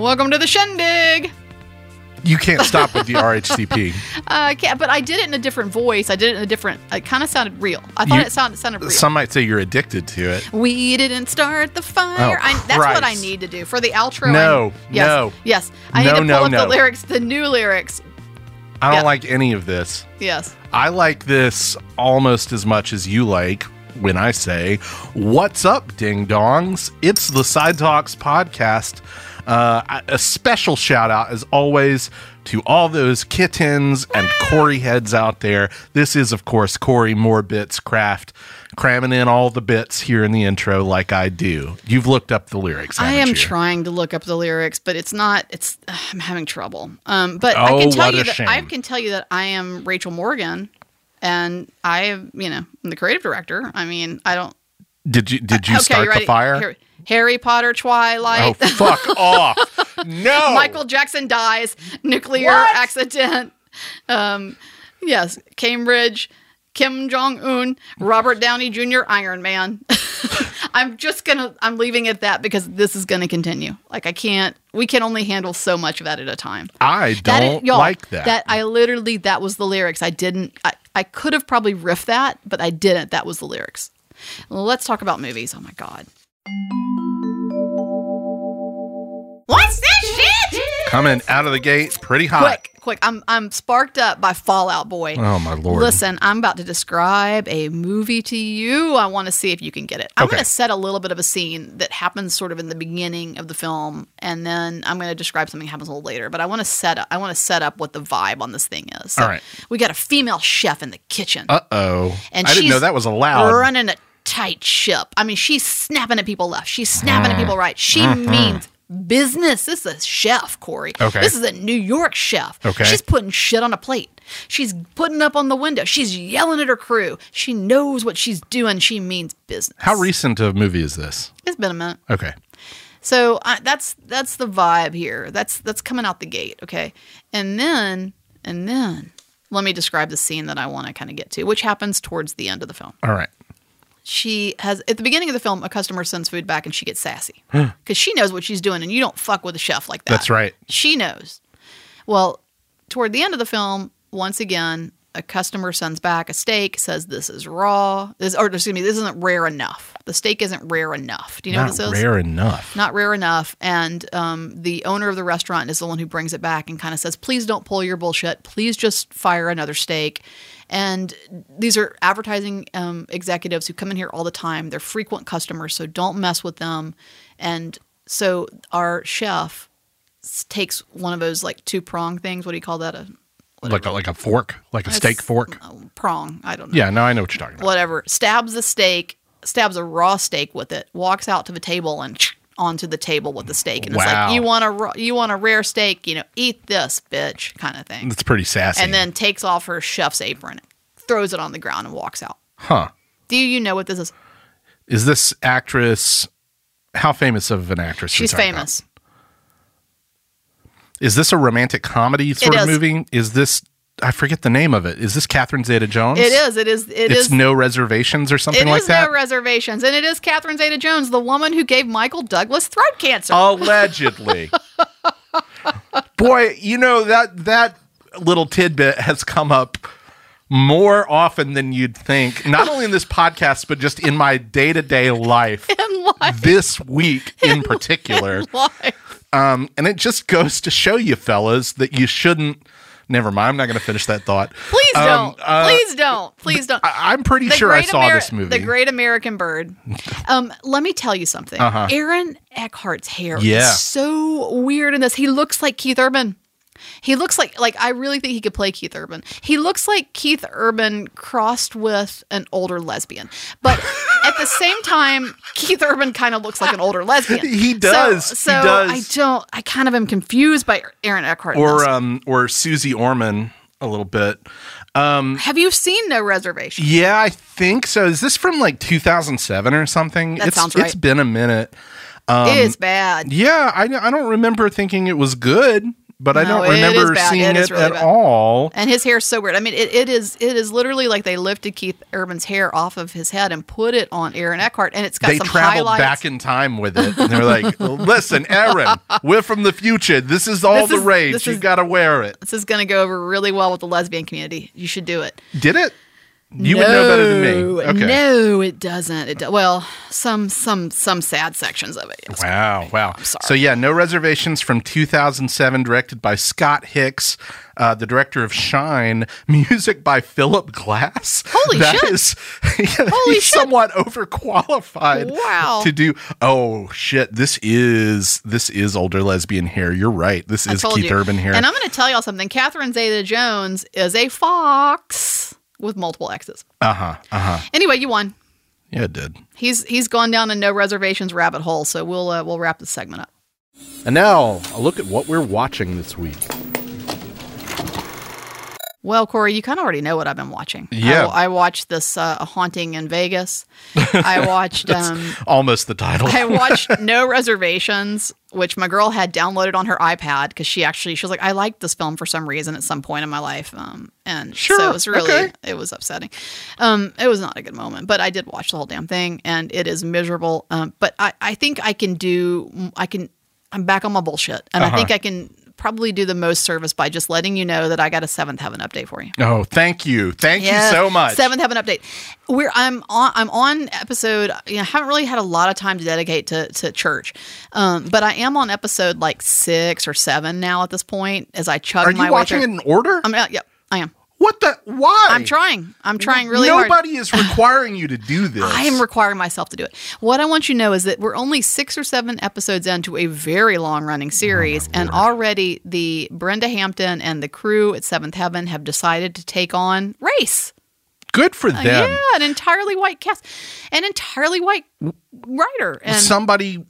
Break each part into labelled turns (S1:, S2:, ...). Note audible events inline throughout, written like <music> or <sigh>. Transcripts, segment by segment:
S1: welcome to the shindig.
S2: You can't
S1: <laughs>
S2: stop with the RHCP.
S1: Uh, yeah, but I did it in a different voice. I did it in a different. It kind of sounded real. I thought
S2: You-
S1: it sounded sounded real.
S2: Some might say you're addicted to it.
S1: we didn't start the fire.
S2: Oh,
S1: I, that's what I
S2: Christ.
S1: need to do for the outro.
S2: No,
S1: I, yes,
S2: no.
S1: yes. I
S2: No,
S1: need to pull
S2: no,
S1: up
S2: no.
S1: the lyrics, the new lyrics.
S2: I don't
S1: Yeah.
S2: like any of this.
S1: Yes.
S2: I like this almost as much as you like when I say, What's up, ding dongs? It's the Side Talks podcast. Uh, I- a special shout out, as always, to all those kittens and Corey heads out there. This is, of course, Corey Morbitz Craft cramming in all the bits here in the intro, like I do. You've looked up the lyrics.
S1: I
S2: haven't
S1: am
S2: you?
S1: trying to look up the lyrics, but it's not. It's ugh, I'm having trouble. Um, but I
S2: Oh,
S1: can tell
S2: what
S1: you
S2: a
S1: that I
S2: shame.
S1: can tell you that I am Rachel Morgan, and I, am, you know, I'm the creative director. I mean, I don't.
S2: Did you did you
S1: okay,
S2: start
S1: you
S2: the
S1: ready?
S2: fire?
S1: Harry, Harry Potter,
S2: oh,
S1: Twilight, <laughs>
S2: fuck off! No,
S1: Michael Jackson dies, nuclear
S2: What?
S1: accident. Um, yes, Cambridge, Kim Jong Un, Robert Downey Jr., Iron Man. <laughs> I'm just gonna. I'm leaving it at that because this is gonna continue. Like I can't. We can only handle so much of that at a time.
S2: I
S1: That is-
S2: don't
S1: y'all,
S2: like that.
S1: That I literally. That was the lyrics. I didn't. I, I could have probably riffed that, but I didn't. That was the lyrics. Let's talk about movies. Oh my god. What's this shit?
S2: Coming out of the gate pretty hot.
S1: quick, quick. I'm I'm sparked up by Fallout Boy.
S2: Oh my lord.
S1: Listen, I'm about to describe a movie to you. I want to see if you can get it. I'm
S2: Okay.
S1: going to set a little bit of a scene that happens sort of in the beginning of the film, and then I'm going to describe something that happens a little later. But I want to set up. I want to set up what the vibe on this thing is. So
S2: All right.
S1: We got a female chef in the kitchen,
S2: Uh oh.
S1: and
S2: I
S1: she's
S2: didn't know that was allowed.
S1: Running a tight ship. I mean, she's snapping at people left. She's snapping at people right. She
S2: Uh-huh.
S1: means. Business. This is a chef, Corey.
S2: Okay.
S1: This is a New York chef.
S2: Okay.
S1: She's putting shit on a plate. She's putting up on the window. She's yelling at her crew. She knows what she's doing. She means business.
S2: How recent a movie is this?
S1: it's been a minute.
S2: Okay.
S1: So I, that's that's the vibe here. That's that's coming out the gate, okay? And then and then let me describe the scene that I want to kind of get to, which happens towards the end of the film.
S2: All right.
S1: She has at the beginning of the film, a customer sends food back and she gets sassy because she knows what she's doing, and you don't fuck with a chef like that.
S2: That's right.
S1: She knows. Well, toward the end of the film, once again, a customer sends back a steak, says this is raw. This or excuse me, this isn't rare enough. The steak isn't rare enough. Do you know
S2: Not
S1: what this is?
S2: rare enough.
S1: Not rare enough. And um, the owner of the restaurant is the one who brings it back and kind of says, please don't pull your bullshit. Please just fire another steak. And these are advertising um, executives who come in here all the time. They're frequent customers, so don't mess with them. And so our chef s- takes one of those like two prong things. What do you call that? A
S2: like a like a fork, like a steak fork.
S1: oh, prong. I don't know
S2: Yeah, no, I know what you're talking about.
S1: whatever, stabs the steak, stabs a raw steak with it, walks out to the table and onto the table with the steak, and it's
S2: Wow.
S1: like you want a raw, you want a rare steak, you know, eat this, bitch, kind of thing.
S2: It's pretty sassy.
S1: And then takes off her chef's apron, throws it on the ground, and walks out.
S2: huh?
S1: Do you know what this is?
S2: Is this actress? How famous of an actress? we're
S1: She's
S2: talking
S1: famous.
S2: about? Is this a romantic comedy sort of
S1: is.
S2: movie? Is this? I forget the name of it. Is this Catherine Zeta-Jones?
S1: It is. It is. It
S2: it's
S1: is.
S2: no reservations or something
S1: it
S2: like
S1: is
S2: that.
S1: no reservations, and it is Catherine Zeta-Jones, the woman who gave Michael Douglas throat cancer. <laughs>
S2: allegedly boy you know that that little tidbit has come up more often than you'd think not only in this podcast but just in my
S1: <laughs>
S2: day-to-day life
S1: in life.
S2: this week
S1: <laughs>
S2: in particular
S1: life.
S2: um, and it just goes to show you fellas that you shouldn't never mind i'm not going to finish that thought
S1: Please
S2: Um,
S1: don't.
S2: uh,
S1: Please don't. Please don't.
S2: I- i'm pretty
S1: The
S2: sure i
S1: Great
S2: saw
S1: Ameri-
S2: this movie
S1: The Great American
S2: <laughs>
S1: Bird. Um, let me tell you something. Aaron Eckhart's hair
S2: Uh-huh. Yeah.
S1: is so weird in this. He looks like Keith Urban. He looks like like I really think he could play Keith Urban. He looks like Keith Urban crossed with an older lesbian. But at the same time, Keith Urban kind of looks like an older lesbian.
S2: <laughs> He
S1: So-
S2: does. He
S1: So,
S2: does.
S1: I don't I kind of am confused by Aaron Eckhart. in
S2: or
S1: this.
S2: um or susie orman a little bit um,
S1: Have you seen No Reservation?
S2: Yeah, I think so. Is this from like 2007 or something?
S1: That
S2: it's,
S1: sounds
S2: It's
S1: right.
S2: been a minute.
S1: it is bad.
S2: Yeah, I, I don't remember thinking it was good, but I
S1: No,
S2: don't
S1: it is
S2: remember
S1: bad.
S2: seeing
S1: It
S2: it,
S1: is really
S2: at
S1: bad.
S2: all.
S1: And his hair's so weird. I mean, it, it is it is literally like they lifted Keith Urban's hair off of his head and put it on Aaron Eckhart, and it's got
S2: They
S1: some
S2: traveled
S1: highlights.
S2: back in time with it. And
S1: <laughs>
S2: they're like, listen, Aaron, we're from the future. This is all
S1: This
S2: the
S1: is-
S2: rage.
S1: this
S2: You
S1: is-
S2: got to wear it.
S1: this is going to go over really well with the lesbian community. You should do it.
S2: Did it? You would know better than me. Okay.
S1: No, it doesn't. It do- well, some some some sad sections of it. yes.
S2: Wow, wow.
S1: sorry.
S2: So yeah, No Reservations from 2007 directed by Scott Hicks, uh, the director of Shine, <laughs> music by Philip Glass.
S1: Holy
S2: That
S1: shit.
S2: is- <laughs>
S1: Holy
S2: he's
S1: shit.
S2: somewhat overqualified
S1: Wow.
S2: to do Oh shit, this is this is older lesbian hair. You're right. This
S1: I
S2: is
S1: told
S2: Keith
S1: you.
S2: Urban hair.
S1: And I'm going to tell y'all something. Catherine Zeta-Jones is a fox with multiple X's.
S2: uh-huh. Uh-huh.
S1: Anyway, you won.
S2: Yeah, it did.
S1: He's he's gone down a no reservations rabbit hole. So we'll uh, we'll wrap this segment up.
S2: And now, a look at what we're watching this week.
S1: Well, Corey, you kind of already know what I've been watching. I-
S2: Yeah.
S1: I, watched this uh, A haunting in
S2: <laughs>
S1: Vegas. I watched um,
S2: Almost the title.
S1: I watched No Reservations, which my girl had downloaded on her iPad because she actually she was like, I liked this film for some reason at some point in my life, um, and so
S2: Sure,
S1: it was really
S2: okay.
S1: it was upsetting. Um, it was not a good moment, but I did watch the whole damn thing, and it is miserable. Um, but I I think I can do I can I'm back on my bullshit, and
S2: Uh-huh.
S1: I think I can probably do the most service by just letting you know that I got a seventh heaven update for you.
S2: oh, thank you. Thank
S1: Yes.
S2: you so much.
S1: Seventh Heaven update. We're I'm on I'm on episode. You know, I haven't really had a lot of time to dedicate to to church, um, but I am on episode like six or seven now at this point. As I chug
S2: Are
S1: my way
S2: you watching it
S1: through.
S2: in order?
S1: I'm uh, yep. I am.
S2: What the? Why?
S1: I'm trying. I'm trying really hard.
S2: Nobody is requiring you to do this.
S1: I am requiring myself to do it. What I want you to know is that we're only six or seven episodes into a very long running
S2: Oh,
S1: series, and already the Brenda Hampton and the crew at Seventh Heaven have decided to take on race.
S2: Good for them.
S1: Uh, Yeah, an entirely white cast, an entirely white writer, and
S2: Somebody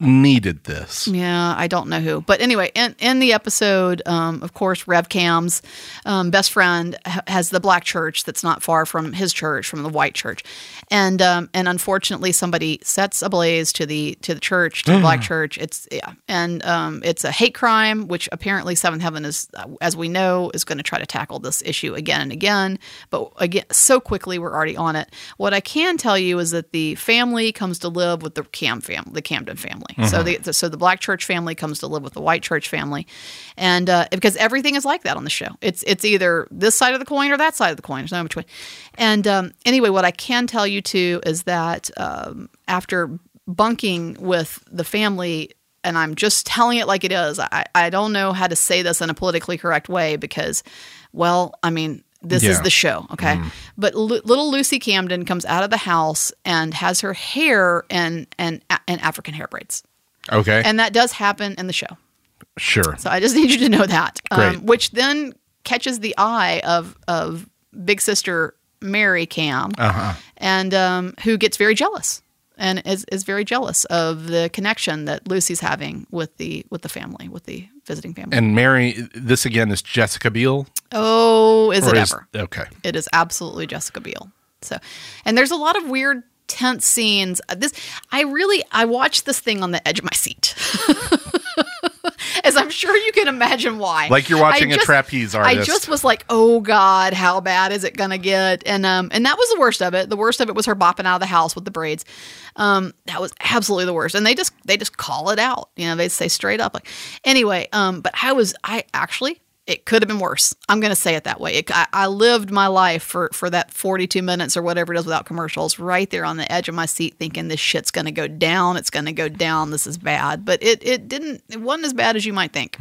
S2: needed this.
S1: yeah, I don't know who, but anyway, in in the episode, um, of course, Rev Cam's um, best friend ha- has the black church that's not far from his church, from the white church, and um, and unfortunately, somebody sets ablaze to the to the church, to the black church. It's yeah, and um, it's a hate crime, which apparently Seventh Heaven is, uh, as we know, is going to try to tackle this issue again and again, but again, so quickly we're already on it. What I can tell you is that the family comes to live with the Cam family, the Camden family. So the, so the black church family comes to live with the white church family, and uh, because everything is like that on the show, it's it's either this side of the coin or that side of the coin. There's no in between. And um, anyway, what I can tell you too is that um, after bunking with the family and I'm just telling it like it is. I, I don't know how to say this in a politically correct way because, well, I mean, this is
S2: Yeah.
S1: the show, okay?
S2: Mm-hmm.
S1: But Lu- little Lucy Camden comes out of the house and has her hair and and and African hair braids,
S2: Okay.
S1: and that does happen in the show.
S2: sure.
S1: So I just <laughs> need you to know that, Um,
S2: Great.
S1: which then catches the eye of of big sister Mary Cam,
S2: Uh-huh.
S1: and um, who gets very jealous and is, is very jealous of the connection that Lucy's having with the with the family, with the visiting family.
S2: and Mary, this again is Jessica Biel.
S1: oh, is it
S2: Or is-
S1: ever?
S2: Okay.
S1: It is absolutely Jessica Biel. So, and there's a lot of weird tense scenes. Uh, This I really I watched this thing on the edge of my seat. <laughs> As I'm sure you can imagine why.
S2: Like you're watching
S1: a
S2: a trapeze artist.
S1: I just was like, "Oh God, how bad is it gonna get?" And um, and that was the worst of it. The worst of it was her bopping out of the house with the braids. Um, that was absolutely the worst. And they just they just call it out. You know, they say straight up like, anyway. Um, but I was I actually it could have been worse. I'm gonna say it that way. It, I, I lived my life for for that 42 minutes or whatever it is without commercials, right there on the edge of my seat, thinking this shit's gonna go down. It's gonna go down. This is bad. But it it didn't. It wasn't as bad as you might think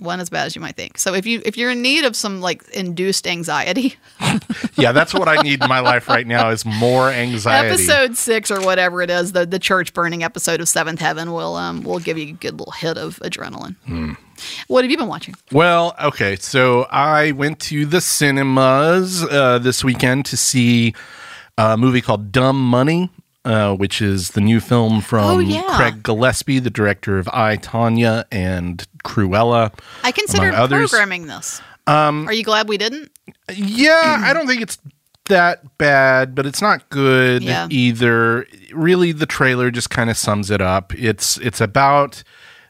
S1: one as bad as you might think. So if you if you're in need of some like induced anxiety,
S2: yeah, that's what I need in my life right now is more anxiety.
S1: episode six or whatever it is, the the church burning episode of Seventh Heaven will um will give you a good little hit of adrenaline.
S2: Hmm.
S1: What have you been watching?
S2: Well, okay. So I went to the cinemas uh, this weekend to see a movie called Dumb Money, uh, which is the new film from
S1: Oh, yeah.
S2: Craig Gillespie, the director of I, Tanya, and Cruella.
S1: I considered
S2: Among others-
S1: programming this. Um, Are you glad we didn't?
S2: Yeah,
S1: Mm.
S2: I don't think it's that bad, but it's not good
S1: Yeah.
S2: either. Really, the trailer just kind of sums it up. It's it's about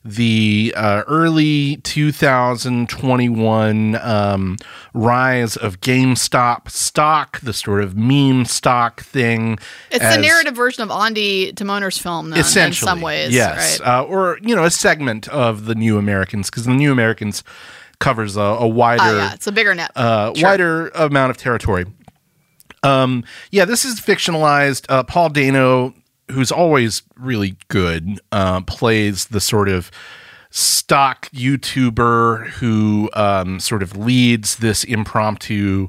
S2: the uh, early 2021 um, rise of GameStop stock, the sort of meme stock thing.
S1: It's
S2: as-
S1: the narrative version of Andy Timoner's film, then, in
S2: essentially
S1: some ways.
S2: yes
S1: Right?
S2: uh, or you know a segment of the new americans because the new americans covers a, a wider
S1: Oh, yeah, it's a bigger net.
S2: uh, wider amount of territory um yeah this is fictionalized uh, paul dano who's always really good uh, plays the sort of stock youtuber who um, sort of leads this impromptu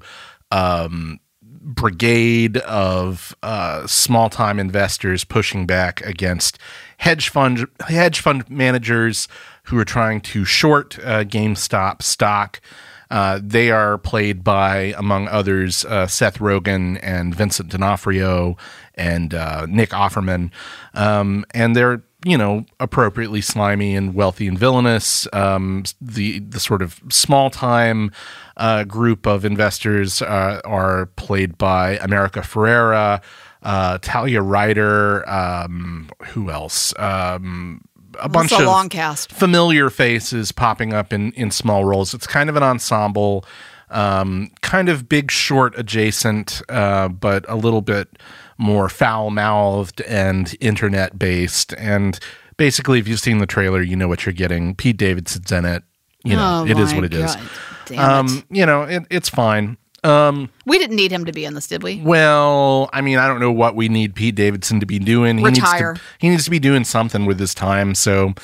S2: um, brigade of uh, small time investors pushing back against hedge fund hedge fund managers who are trying to short uh, GameStop stock. Uh, they are played by, among others, uh, Seth Rogen and Vincent D'Onofrio and uh, Nick Offerman, um, and they're you know appropriately slimy and wealthy and villainous. Um, the the sort of small time uh, group of investors uh, are played by America Ferrera, uh, Talia Ryder, um, who else? Um, a bunch
S1: it's a
S2: of
S1: long cast.
S2: familiar faces popping up in in small roles. It's kind of an ensemble, um, kind of big short adjacent, uh, but a little bit more foul mouthed and internet based. And basically, if you've seen the trailer, you know what you're getting. Pete Davidson's in it. You know,
S1: Oh
S2: it is
S1: my
S2: what it is.
S1: God, Damn it.
S2: Um, you know, it, it's fine.
S1: We didn't need him to be in this, did we?
S2: Well, I mean, I don't know what we need Pete Davidson to be doing. He
S1: Retire.
S2: Needs to, he needs to be doing something with his time. So,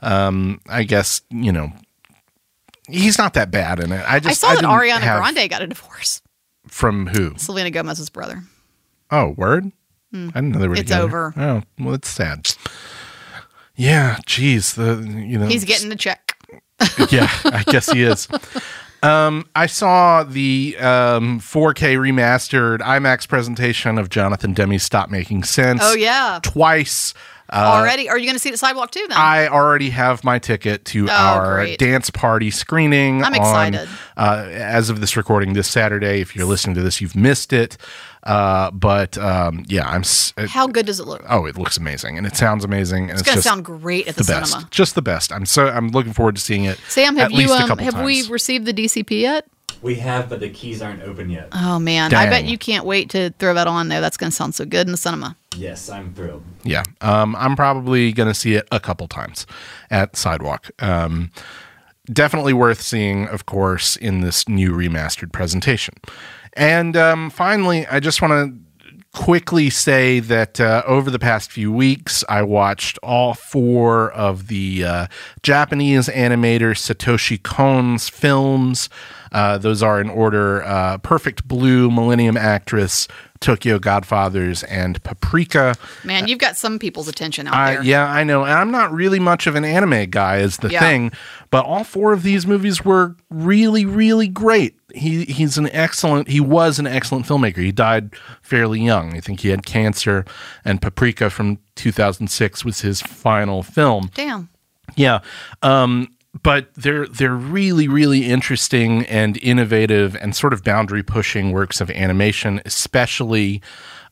S2: um, I guess you know, he's not that bad in it. I just
S1: I saw that
S2: didn't
S1: Ariana
S2: have-
S1: Grande got a divorce.
S2: from who?
S1: Selena Gomez's brother.
S2: Oh, word. I didn't know they were.
S1: Hmm. It's
S2: together.
S1: over.
S2: Oh, well, it's sad. Yeah, geez, the you know
S1: He's getting a check.
S2: <laughs> yeah, I guess he is. Um, I saw the um, 4K remastered IMAX presentation of Jonathan Demi's Stop Making Sense.
S1: Oh, yeah.
S2: Twice. Uh,
S1: Already? Are you going to see it at Sidewalk too? Then
S2: I already have my ticket to our
S1: Oh, great.
S2: dance party screening.
S1: I'm
S2: on,
S1: excited.
S2: uh, as of this recording this Saturday. If you're listening to this, you've missed it. Uh, but um, yeah, I'm. s- it-
S1: How good does it look?
S2: oh, it looks amazing, and it sounds amazing, and it's,
S1: It's going to
S2: just
S1: sound great at the,
S2: the best.
S1: cinema.
S2: Just the best. I'm so I'm looking forward to seeing it.
S1: Sam, have
S2: at
S1: you
S2: least a
S1: um,
S2: couple
S1: have we
S2: times.
S1: received the DCP yet?
S3: We have, but the keys aren't open yet.
S1: Oh man, I bet
S2: Dang.
S1: you can't wait to throw that on there. That's going to sound so good in the cinema.
S3: Yes, I'm thrilled.
S2: Yeah, um, I'm probably going to see it a couple times at Sidewalk. Um, definitely worth seeing, of course, in this new remastered presentation. And um, finally, I just want to quickly say that uh, over the past few weeks, I watched all four of the uh, Japanese animator Satoshi Kon's films. Uh, those are in order uh, Perfect Blue, Millennium Actress, Tokyo Godfathers, and Paprika.
S1: Man, you've got some people's attention out
S2: Uh, I,
S1: there.
S2: yeah, I know. And I'm not really much of an anime guy, is the
S1: Yeah.
S2: thing. But all four of these movies were really, really great. He he's an excellent. He was an excellent filmmaker. He died fairly young. I think he had cancer, and Paprika from 2006 was his final film.
S1: Damn.
S2: Yeah. Um, but they're they're really really interesting and innovative and sort of boundary pushing works of animation, especially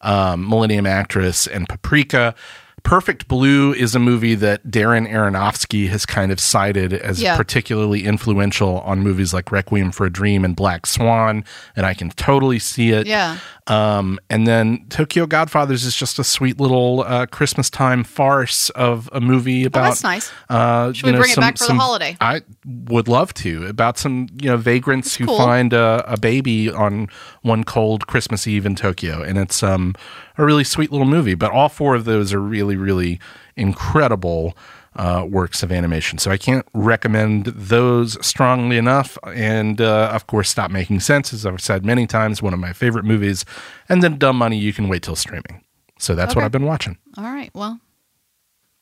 S2: um, Millennium Actress and Paprika. Perfect Blue is a movie that Darren Aronofsky has kind of cited as
S1: Yeah.
S2: particularly influential on movies like Requiem for a Dream and Black Swan, and I can totally see it.
S1: Yeah.
S2: Um, and then Tokyo Godfathers is just a sweet little uh, Christmas time farce of a movie about.
S1: that's nice.
S2: Uh, Should
S1: we bring it back for the holiday?
S2: I would love to. About some you know vagrants who
S1: cool.
S2: find a, a baby on one cold Christmas Eve in Tokyo, and it's um a really sweet little movie. But all four of those are really really incredible. Uh, works of animation. So I can't recommend those strongly enough. And uh, of course, Stop Making Sense, as I've said many times, one of my favorite movies. And then Dumb Money, you can wait till streaming. So that's what
S1: Okay.
S2: I've been watching.
S1: All right. Well,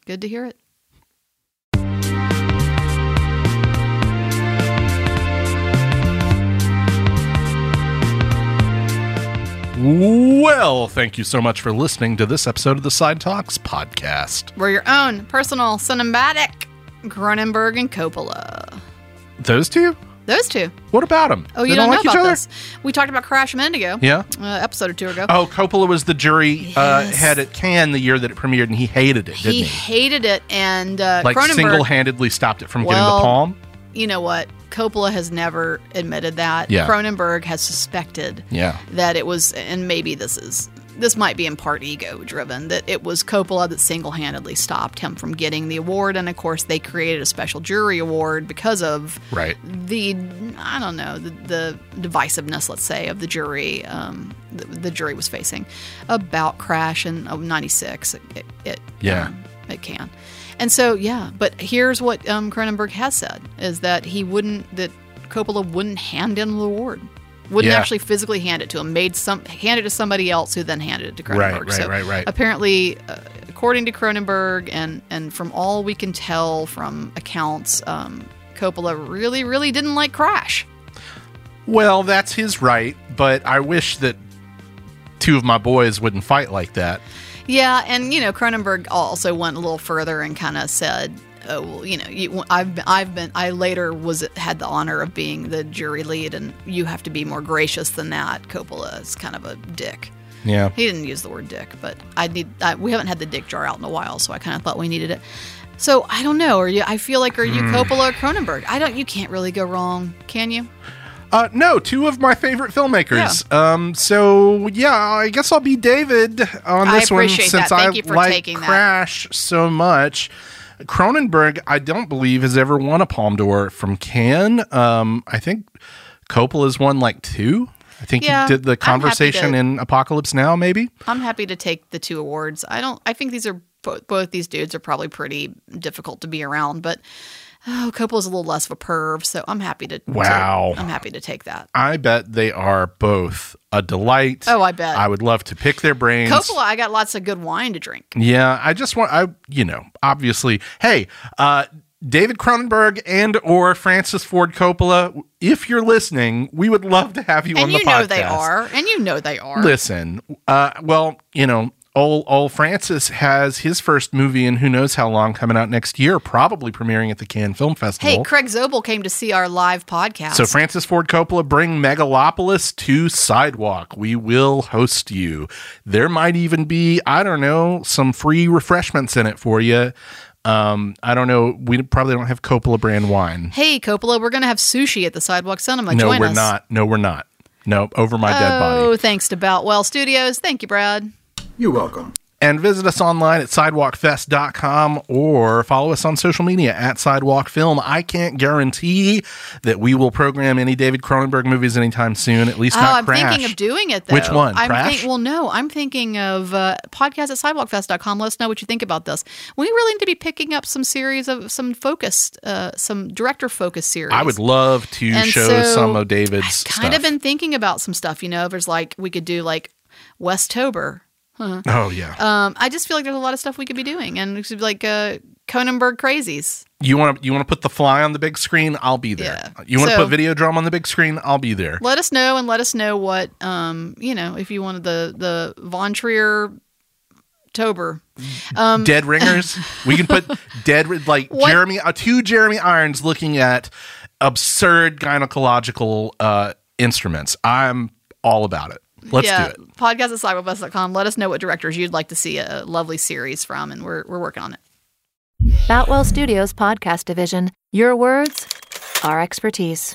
S1: good to hear it.
S2: Well, thank you so much for listening to this episode of the Side Talks podcast.
S1: We're your own personal cinematic Cronenberg and Coppola.
S2: Those two?
S1: Those two.
S2: What about them?
S1: Oh, you
S2: they
S1: don't, know
S2: like each
S1: about
S2: other?
S1: this. We talked about Crash a minute ago.
S2: Yeah.
S1: Uh, episode or two ago.
S2: Oh, Coppola was the jury uh,
S1: Yes.
S2: head at Cannes the year that it premiered, and he hated it, didn't
S1: he
S2: he?
S1: hated it, and uh,
S2: Like
S1: Cronenberg.
S2: single-handedly stopped it from getting
S1: Well,
S2: the palm.
S1: you know what? Coppola has never admitted that.
S2: Yeah.
S1: Cronenberg has suspected
S2: Yeah.
S1: that it was, and maybe this is this might be in part ego driven that it was Coppola that single handedly stopped him from getting the award, and of course they created a special jury award because of
S2: Right.
S1: the I don't know the, the divisiveness, let's say, of the jury um, the, the jury was facing about Crash in of '96. It, it
S2: Yeah.
S1: um, it can, and so yeah. But here's what um, Cronenberg has said is that he wouldn't that Coppola wouldn't hand him the award. Wouldn't
S2: Yeah.
S1: actually physically hand it to him. Made some hand it to somebody else, who then handed it to Cronenberg.
S2: Right, right,
S1: so
S2: right, right.
S1: Apparently, uh, according to Cronenberg, and and from all we can tell from accounts, um, Coppola really, really didn't like Crash.
S2: Well, that's his right, but I wish that two of my boys wouldn't fight like that.
S1: Yeah, and you know Cronenberg also went a little further and kind of said, "Oh, well, you know, you, I've been, I've been, I later was had the honor of being the jury lead, and you have to be more gracious than that." Coppola is kind of a dick.
S2: Yeah.
S1: He didn't use the word dick, but I need. I, we haven't had the dick jar out in a while, so I kind of thought we needed it. So I don't know. Are you? I feel like are you
S2: Hmm.
S1: Coppola or Cronenberg? I don't. You can't really go wrong, can you?
S2: Uh, no, two of my favorite filmmakers. Um, so yeah, I guess I'll be David on
S1: I
S2: this one
S1: appreciate
S2: since
S1: that. Thank
S2: I
S1: you for
S2: like
S1: taking that.
S2: Crash so much. Cronenberg, I don't believe has ever won a Palme d'Or from Cannes. Um, I think Coppola's won like two. I think
S1: Yeah,
S2: he did the
S1: I'm happy
S2: conversation
S1: to-
S2: in Apocalypse Now, maybe.
S1: I'm happy to take the two awards. I don't. I think these are both. Both these dudes are probably pretty difficult to be around, but oh, Coppola's a little less of a perv, so I'm happy to. to-
S2: Wow.
S1: I'm happy to take that.
S2: I bet they are both a delight.
S1: Oh, I bet.
S2: I would love to pick their brains.
S1: Coppola, I got lots of good wine to drink.
S2: Yeah, I just want I you know, obviously, hey, uh David Cronenberg and or Francis Ford Coppola, if you're listening, we would love to have you on
S1: And
S2: the
S1: you
S2: podcast.
S1: know they are. And you know they are.
S2: Listen, uh well, you know, old old Francis has his first movie in who knows how long coming out next year, probably premiering at the Cannes Film Festival.
S1: Hey, Craig Zobel came to see our live podcast.
S2: So Francis Ford Coppola, bring Megalopolis to Sidewalk. We will host you. There might even be, I don't know, some free refreshments in it for you. Um, I don't know. We probably don't have Coppola brand wine.
S1: hey, Coppola, we're going to have sushi at the Sidewalk Cinema.
S2: No,
S1: Join
S2: we're
S1: us.
S2: not. No, we're not. No, over my dead body.
S1: Oh, thanks to Boutwell Studios. Thank you, Brad.
S4: You're welcome.
S2: And visit us online at sidewalkfest.com or follow us on social media at Sidewalk Film. I can't guarantee that we will program any David Cronenberg movies anytime soon, at least
S1: Oh,
S2: not
S1: I'm
S2: Crash.
S1: thinking of doing it though.
S2: Which one?
S1: I'm
S2: Crash?
S1: well, no, I'm thinking of uh, podcast at sidewalkfest.com. Let us know what you think about this. We really need to be picking up some series of some focused, uh, some director focused series.
S2: I would love to
S1: And
S2: show
S1: so,
S2: some of David's
S1: kind
S2: stuff.
S1: of been thinking about some stuff. You know, there's like we could do like Westober.
S2: oh yeah.
S1: Um, I just feel like there's a lot of stuff we could be doing, and it should be like uh, Cronenberg crazies.
S2: you want to you want to put the fly on the big screen? I'll be there.
S1: Yeah.
S2: You want to
S1: So-
S2: put video drum on the big screen? I'll be
S1: <laughs>
S2: there.
S1: Let us know, and let us know what um, you know if you wanted the the Von Trier Tober.
S2: Mm-hmm.
S1: Um,
S2: dead ringers. we can put dead ri- like
S1: What-
S2: Jeremy uh, two Jeremy Irons looking at absurd gynecological uh, instruments. I'm all about it. Let's do it.
S1: Podcast at sidewalkbus.com. Let us know what directors you'd like to see a lovely series from, and we're, we're working on it.
S5: Boutwell Studios Podcast Division. Your words, our expertise.